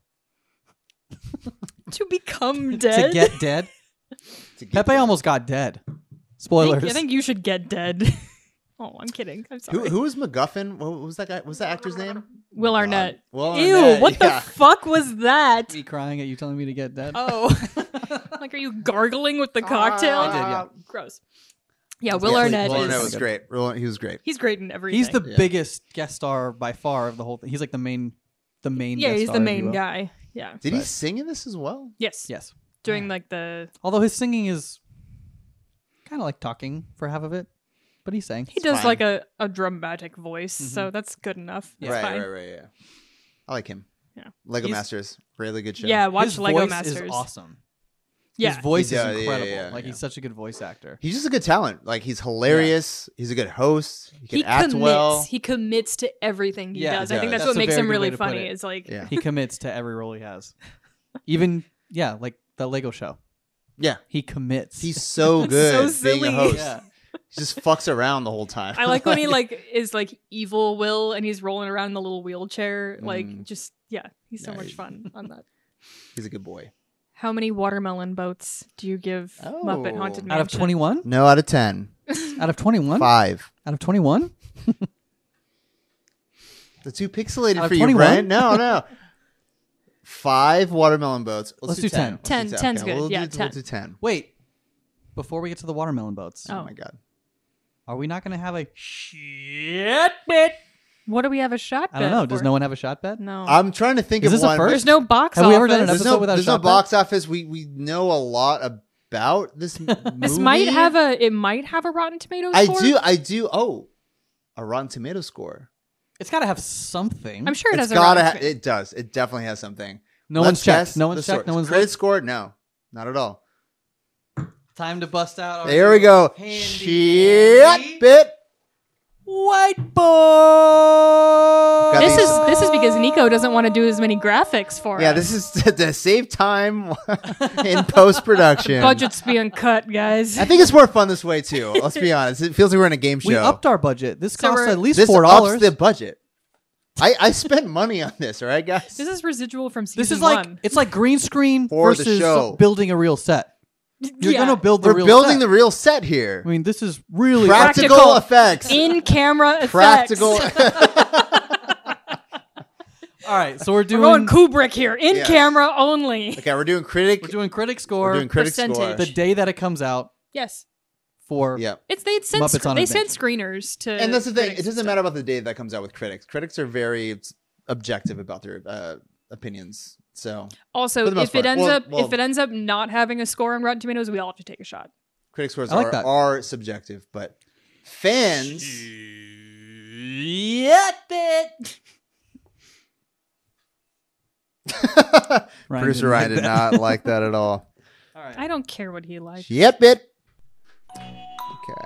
S3: to become dead.
S5: to get dead.
S2: To get
S5: Pepe
S2: there.
S5: almost got dead.
S3: I think-
S5: Spoilers.
S3: I think you should get dead. oh, I'm kidding. I'm sorry.
S2: Who, who was MacGuffin? What was that guy? What was that actor's name?
S3: Will Arnett.
S2: Well,
S3: Ew, what the fuck was that?
S5: me crying at you telling me to get dead.
S3: Oh. like, are you gargling with the cocktail?
S5: I did, yeah.
S3: Gross. Yeah, Will Arnett is.
S2: Will Arnett was great. Will- He was great.
S3: He's great in everything.
S5: he's the
S2: Yeah.
S5: biggest guest star by far of the whole thing. He's like the main, the main.
S3: yeah,
S5: guest
S3: he's the
S5: star, if you
S3: main
S5: will.
S3: guy. Yeah.
S2: Did he
S5: But-
S2: sing in this as well?
S3: Yes.
S5: Yes,
S3: During like the
S5: although his singing is kind of like talking for half of it, but he sang.
S3: he does
S2: fine.
S3: like a, a dramatic voice,
S5: Mm-hmm.
S3: so that's good enough. It's
S2: right,
S3: fine.
S2: right, right. Yeah, I like him.
S3: Yeah.
S2: Lego
S5: He's-
S2: Masters, really good show.
S3: Yeah, watch
S5: his
S3: Lego
S5: voice
S3: Masters.
S5: is awesome.
S3: Yeah.
S5: His voice
S2: Yeah, yeah,
S5: is incredible.
S2: yeah,
S5: like
S2: yeah.
S5: he's such a good voice actor.
S2: he's just a good talent. Like he's hilarious. He's a good host. He can act
S3: commits.
S2: well.
S3: He commits to everything he
S5: Yeah,
S3: does.
S2: he
S3: I think
S2: does.
S3: that's,
S5: That's
S3: what
S5: a
S3: makes
S5: very
S3: him
S5: good way
S3: really
S5: to put
S3: funny.
S5: it.
S3: Is like
S2: yeah,
S5: He commits to every role he has. Even yeah, like the Lego show.
S2: yeah.
S5: He commits.
S2: He's so good
S3: So
S2: being a
S3: silly.
S2: host.
S5: yeah.
S2: He just fucks around the whole time.
S3: I like when he like is like evil Will and he's rolling around in the little wheelchair. Like
S2: Mm.
S3: just yeah, he's so much
S2: Nice.
S3: fun on that.
S2: he's a good boy.
S3: How many watermelon boats do you give Muppet
S2: Oh.
S3: Haunted Mansion?
S5: Out of twenty one?
S2: No, out of ten,
S5: Out of twenty one?
S2: five.
S5: Out of twenty one?
S2: The two pixelated
S5: Out of
S2: for you,
S5: 21?
S2: Brent. No, no. Five watermelon boats.
S5: Let's do 10.
S3: 10, 10's good.
S2: We'll
S3: Yeah,
S2: do,
S3: 10.
S2: We'll do ten.
S5: Wait. Before we get to the watermelon boats,
S3: Oh.
S2: Oh my god.
S5: are we not going to have a?
S3: What do we have a shot?
S5: I don't
S3: bet
S5: know. Does
S3: for?
S5: no one have a shot bet?
S3: No.
S2: I'm trying to think
S5: Uh-huh. Is this
S2: of
S5: a
S2: one.
S5: first?
S3: there's no box
S5: Have we ever done
S3: office.
S5: an
S2: There's
S5: episode
S2: no,
S5: without a
S2: there's no
S5: shot bet?
S2: box office. We we know a lot about this. m-
S3: This
S2: movie.
S3: might have a it might have a Rotten Tomatoes.
S2: I
S3: score.
S2: do. I do. Oh, a Rotten Tomato score.
S5: It's got to have something.
S3: I'm sure it
S2: It's
S3: has a
S2: gotta
S3: Rotten
S2: ha-
S3: Tomato-
S2: it does. It definitely has something.
S5: no
S2: Let's
S5: one's checked.
S2: guess
S5: No one's
S2: the
S5: checked. No
S2: source.
S5: one's
S2: credit
S5: looked.
S2: score. No, not at all.
S5: Time to bust out. our
S2: There we go.
S5: handy
S2: Shit, bit.
S5: Whiteboard.
S2: Got
S3: This
S2: these-
S3: is this is because Nico doesn't want to do as many graphics for
S2: Yeah,
S3: us.
S2: this is to, to save time in post production.
S3: budget's being cut, guys.
S2: I think it's more fun this way too. Let's be honest. It feels like we're in a game show.
S5: We upped our budget. This
S3: So
S5: cost
S3: we're-
S5: at least
S2: this
S5: four dollars.
S2: ups the budget. I I spent money on this. All right, guys.
S3: This is residual from season
S5: This is like
S3: one.
S5: it's like green screen
S2: For the
S5: versus
S2: show.
S5: building a real set. You're
S3: Yeah.
S5: gonna build the
S2: we're
S5: real
S2: building
S5: set.
S2: the real set here.
S5: I mean, this is really
S2: practical,
S3: Practical.
S2: effects.
S3: in camera effects.
S2: practical.
S5: all right. So we're
S3: We're
S5: doing
S3: going Kubrick here, in
S2: Yes.
S3: camera only.
S2: okay, we're doing critic.
S5: we're doing critic
S2: we're
S5: score
S2: doing critic
S3: percentage.
S5: the
S2: score.
S5: day that it comes out
S3: Yes,
S5: for
S2: Yeah.
S3: it's they had sent
S5: Muppets
S3: sc-
S5: on
S3: they sent
S5: Adventure.
S3: screeners to.
S2: And that's the thing.
S3: critics and
S2: It doesn't
S3: stuff.
S2: matter about the day that comes out with critics. Critics are very objective about their uh, opinions. So
S3: Also,
S2: For the most
S3: if it
S2: part.
S3: ends
S2: Well-
S3: up
S2: well-
S3: if it ends up not having a score on Rotten Tomatoes, we all have to take a shot.
S2: critic scores
S5: I like
S2: are,
S5: that.
S2: are subjective, but fans.
S5: Ryan
S2: Producer
S5: didn't like that.
S2: Ryan did not like that at all.
S3: I don't care what he likes.
S2: Yep, it. Okay.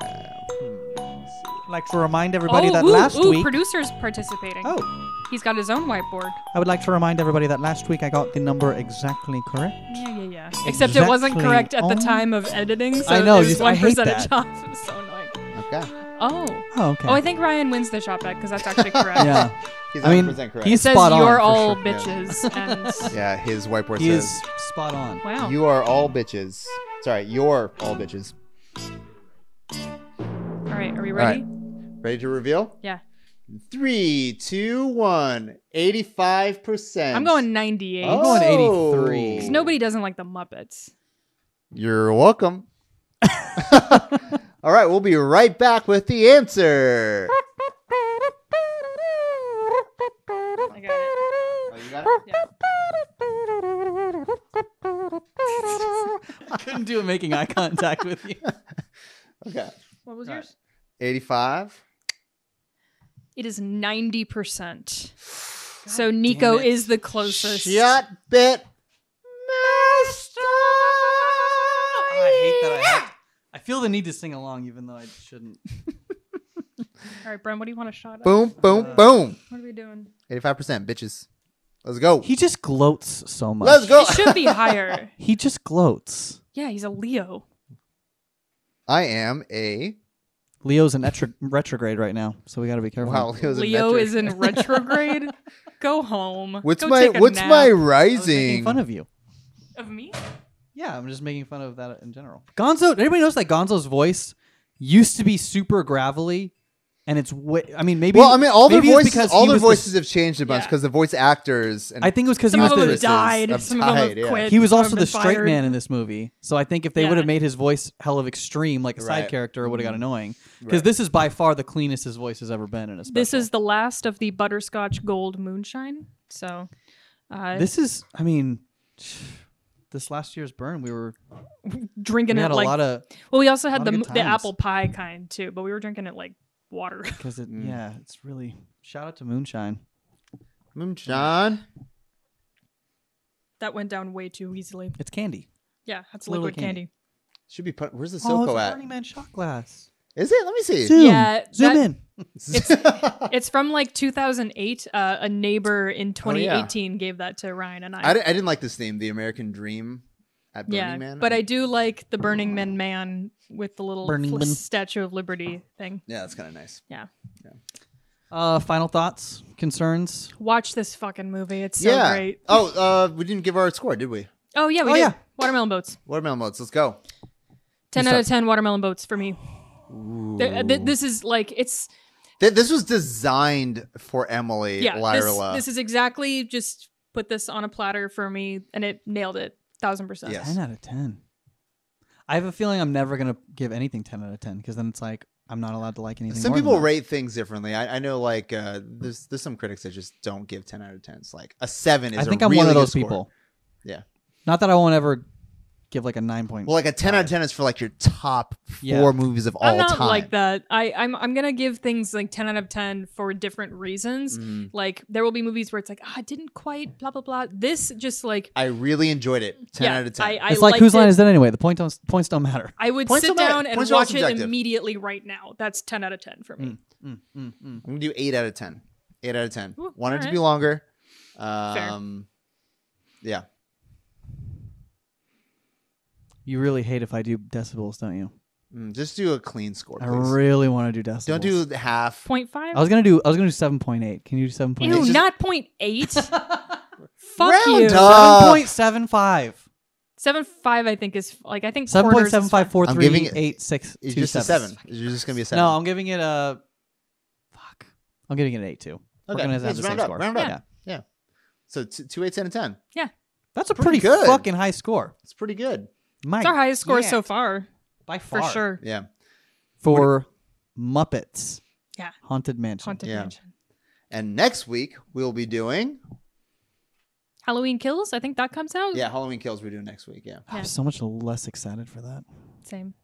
S5: I'd like to remind everybody
S3: oh,
S5: that
S3: ooh,
S5: last
S3: ooh,
S5: week.
S3: producers participating.
S5: oh,
S3: he's got his own whiteboard.
S5: I would like to remind everybody that last week I got the number exactly correct.
S3: Yeah, yeah, yeah. Except it wasn't
S5: Exactly.
S3: correct at the
S5: Oh.
S3: time of editing, so
S5: I know,
S3: it
S5: you-
S3: was
S5: I
S3: one
S5: hate
S3: percentage
S5: that.
S3: off. It was so annoying.
S2: Okay.
S3: Oh.
S5: Oh, okay.
S3: Oh, I think Ryan wins the shot bet because that's actually correct.
S5: yeah,
S2: He's
S5: I mean,
S2: 100% correct.
S5: he's
S3: Says
S5: spot on.
S3: you're
S5: for
S3: all
S5: sure.
S3: bitches and
S2: yeah, his whiteboard
S5: He
S2: says
S5: is spot on.
S3: wow.
S2: You are all bitches. Sorry, you're all bitches.
S3: all right, are we ready?
S2: Ready to reveal?
S3: Yeah.
S2: Three, two, one. 85%.
S3: I'm going 98.
S2: Oh.
S5: going 83.
S3: 'Cause Nobody doesn't like the Muppets.
S2: You're welcome. all right, we'll be right back with the answer.
S3: I got it.
S5: I couldn't do it making eye contact with you.
S2: Okay.
S3: What was yours?
S2: 85.
S3: It is 90%. so Nico
S5: it.
S3: is the closest.
S2: Shut bit.
S5: Oh, I hate that. I, have- I feel the need to sing along, even though I shouldn't.
S3: All right, Bren, what do you want to shot at?
S2: Boom, boom, boom.
S3: What are we doing?
S2: 85%, bitches. Let's go.
S5: He just gloats so much.
S2: Let's go.
S3: It should be higher.
S5: He just gloats.
S3: Yeah, he's a Leo.
S2: I am a
S5: Leo's in etro- retrograde right now, so we got to be careful.
S2: Wow, Leo's
S3: Leo
S2: metric.
S3: is in retrograde. Go home.
S2: What's
S3: Go
S2: my
S3: take a
S2: What's
S3: nap.
S2: my
S5: I was making
S2: rising?
S5: fun of you.
S3: of me?
S5: Yeah, I'm just making fun of that in general. Gonzo, did anybody notice that Gonzo's voice used to be super gravelly, and it's way, I mean maybe
S2: well, I mean, all their
S5: maybe it's
S2: voices,
S5: because
S2: all
S5: he
S2: their
S5: was the-
S2: voices have changed a bunch
S3: Yeah.
S2: because the voice actors and
S5: I think it was because he
S3: Some
S5: was
S3: of them
S5: the,
S3: have
S2: actresses
S3: died.
S2: have
S3: Some of them have
S2: died, yeah.
S3: quit.
S5: he was
S3: some
S5: also
S3: have
S5: the
S3: been
S5: straight
S3: fired.
S5: man in this movie. So I think if they
S3: Yeah.
S5: would have made his voice hell of extreme, like a
S2: Right. Mm-hmm.
S5: side character, it would have got annoying. Because
S2: Right.
S5: this is by far the cleanest his voice has ever been in a special.
S3: This is the last of the butterscotch gold moonshine. So, uh,
S5: this is I mean, this last year's burn we were
S3: drinking
S5: we
S3: it
S5: had a
S3: like
S5: lot of
S3: well, we also
S5: lot
S3: had the
S5: of
S3: m-
S5: good
S3: the
S5: times.
S3: apple pie kind too, but we were drinking it like water.
S5: because it
S2: Mm.
S5: yeah it's really shout out to Moonshine.
S2: Moonshine.
S3: that went down way too easily.
S5: It's candy.
S3: Yeah, that's
S5: Literally
S3: liquid
S5: candy.
S3: candy.
S2: Should be put. Where's the
S5: oh, it's
S2: Silco
S5: a
S2: at?
S5: Burning Man shot glass.
S2: Is it? Let me see.
S5: Zoom,
S3: Yeah,
S5: zoom
S3: that-
S5: in.
S3: It's from like 2008. Uh, a neighbor in
S2: Oh, yeah.
S3: 2018 gave that to Ryan and
S2: I, di- I didn't like this theme, the American Dream at Burning
S3: yeah,
S2: Man.
S3: but I do like the Burning Man man with the little
S5: Burning
S3: fl-
S5: Man.
S3: Statue of Liberty thing.
S2: yeah, that's kind of nice.
S3: Yeah,
S5: Uh, final thoughts, concerns.
S3: watch this fucking movie. It's so
S2: yeah.
S3: great.
S2: Oh, uh, we didn't give our score, did we?
S3: Oh yeah, we
S5: Oh,
S3: did.
S5: yeah.
S3: Watermelon boats.
S2: Watermelon modes. Let's go.
S3: Ten
S5: You
S3: out of
S5: start.
S3: ten watermelon boats for me. Th- uh, th- this is like it's
S2: Th- this was designed for Emily
S3: yeah.
S2: Lyra.
S3: This, this is exactly just put this on a platter for me, and it nailed it thousand percent.
S2: Yes.
S5: Ten out of ten. I have a feeling I'm never gonna give anything ten out of ten because then it's like I'm not allowed to like anything.
S2: some
S5: more than
S2: people
S5: that.
S2: rate things differently. I, I know, like, uh, there's there's some critics that just don't give ten out of tens. Like a seven is.
S5: I think
S2: i
S5: I'm one of those people.
S2: Yeah.
S5: Not that I won't ever give like a nine point.
S2: Well, like a ten out of ten is for like your top four
S5: Yeah.
S2: movies of all
S3: I'm not
S2: time.
S3: like that. I, I'm I'm gonna give things like ten out of ten for different reasons.
S2: Mhm.
S3: Like there will be movies where it's like, ah, I didn't quite, blah blah blah. This just like
S2: I really enjoyed it. Ten
S3: yeah,
S2: out of ten.
S3: I, I
S5: it's like
S3: liked
S5: whose line
S3: it.
S5: is that anyway? The point don't, points don't matter.
S3: I would
S2: Points
S3: sit
S2: don't matter.
S3: down and
S2: Points are all
S3: watch it
S2: subjective.
S3: immediately right now. That's ten out of ten for me.
S5: Mm, mm, mm.
S2: I'm gonna do eight out of ten. Eight out of ten.
S3: Ooh,
S2: Wanted it to
S3: alright.
S2: be longer. Um, yeah.
S5: You really hate if I do decibels, don't you?
S2: Mm, just do a clean score,
S5: I
S2: please.
S5: really want to do decibels.
S2: Don't do the half.
S3: Point
S5: I
S3: five.
S5: was gonna do. I was gonna do seven point eight. Can you do seven point
S3: Ew,
S5: eight?
S2: just-
S3: not point eight. Fuck
S2: Round
S3: you.
S2: up.
S5: Seven point seven five.
S3: Seven five, I think is like I think
S5: Seven point
S3: quarters
S5: seven
S3: is fine.
S5: five four
S2: I'm
S5: three
S2: giving it-
S5: eight six
S2: It's
S5: two
S2: just a
S5: sevens.
S2: seven. It's just gonna be a seven.
S5: No, I'm giving it a. Fuck. I'm giving it an eight too. We're
S2: Okay.
S5: gonna have
S2: Let's
S5: the
S2: round
S5: same
S2: up,
S5: score.
S2: round up.
S5: Yeah.
S2: so t- two eights out of ten.
S5: That's a
S2: Pretty
S5: pretty,
S2: good.
S5: fucking high score.
S2: It's pretty good.
S5: My
S3: It's our highest score
S5: yeah,
S3: so far,
S5: by
S3: for
S5: far
S3: sure.
S2: Yeah.
S5: for Muppets.
S3: Yeah.
S5: Haunted Mansion.
S3: Haunted
S2: Yeah.
S3: Mansion.
S2: And next week we'll be doing
S3: Halloween Kills, I think that comes out.
S2: yeah Halloween Kills. We're doing next week. Yeah.
S3: Yeah.
S5: I'm so much less excited for that.
S3: Same.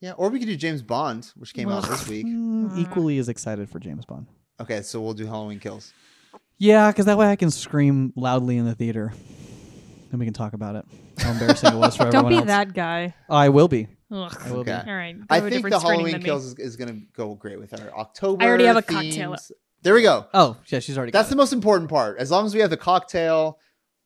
S2: Yeah. Or we could do James Bond, which came out this week.
S3: Uh.
S5: Mm, equally as excited for James Bond.
S2: Okay, so we'll do Halloween Kills.
S5: Yeah, because that way I can scream loudly in the theater, and we can talk about it. How embarrassing it was for
S3: Don't
S5: everyone
S3: be
S5: else.
S3: that guy.
S5: I will be.
S3: Ugh.
S5: I will
S2: Okay.
S5: be.
S3: All right. Go
S2: I
S3: to a
S2: think
S3: different
S2: the
S3: screening
S2: Halloween
S3: than me.
S2: Kills is, is gonna go great with our October.
S3: I already have a
S2: themes.
S3: cocktail.
S2: There we go.
S5: Oh yeah, she's already.
S2: That's
S5: got
S2: the most important part. As long as we have the cocktail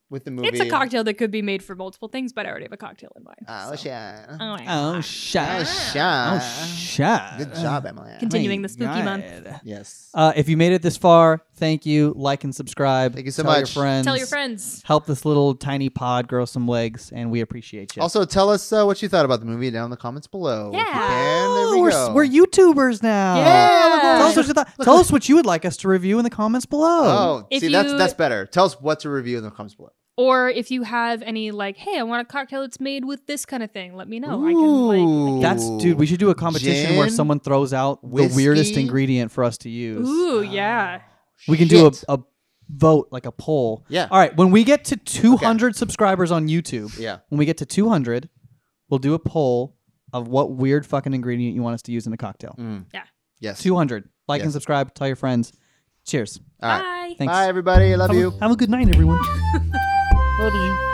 S2: with the movie.
S3: It's a cocktail that could be made for multiple things, but I already have a cocktail in mind.
S2: Oh,
S3: so.
S2: shit.
S3: Oh,
S5: it.
S3: yeah.
S5: Oh shit.
S2: Oh, shit.
S5: Oh shit.
S2: Good job, Emily.
S3: Continuing
S5: My
S3: the spooky month.
S5: God.
S2: Yes.
S5: Uh, if you made it this far, thank you. Like and subscribe.
S2: Thank you so
S5: Tell Your
S2: much.
S5: friends.
S3: Tell your friends.
S5: Help this little tiny pod grow some legs, and we appreciate you.
S2: Also, tell us uh, what you thought about the movie down in the comments below. if you
S3: Yeah.
S2: can. There
S5: Oh,
S2: we
S5: we're,
S2: go.
S5: we're YouTubers now.
S3: Yeah.
S5: Tell us, what you thought. Tell us what you would like us to review in the comments below.
S2: Oh,
S3: If
S2: see, that's
S3: you-
S2: that's better. Tell us what to review in the comments below.
S3: Or if you have any like, hey, I want a cocktail that's made with this kind of thing. Let me know. I can like.
S5: That's dude. We should do a competition where
S2: Gin,
S5: someone throws out the weirdest
S2: whiskey.
S5: ingredient for us to use.
S2: uh,
S3: Ooh, Oh, yeah.
S5: We can do
S2: Shit.
S5: a, a vote, like a poll.
S2: Yeah.
S5: All right. When we get to 200 subscribers on YouTube,
S2: Yeah.
S5: when we get to 200, we'll do a poll of what weird fucking ingredient you want us to use in a cocktail.
S2: Mm. Yes.
S5: 200. Like
S2: Yes.
S5: and subscribe. Tell your friends. Cheers.
S2: All right.
S3: Bye.
S5: Thanks.
S2: Bye, everybody. Love you.
S1: Have a good night, everyone.
S5: Love you.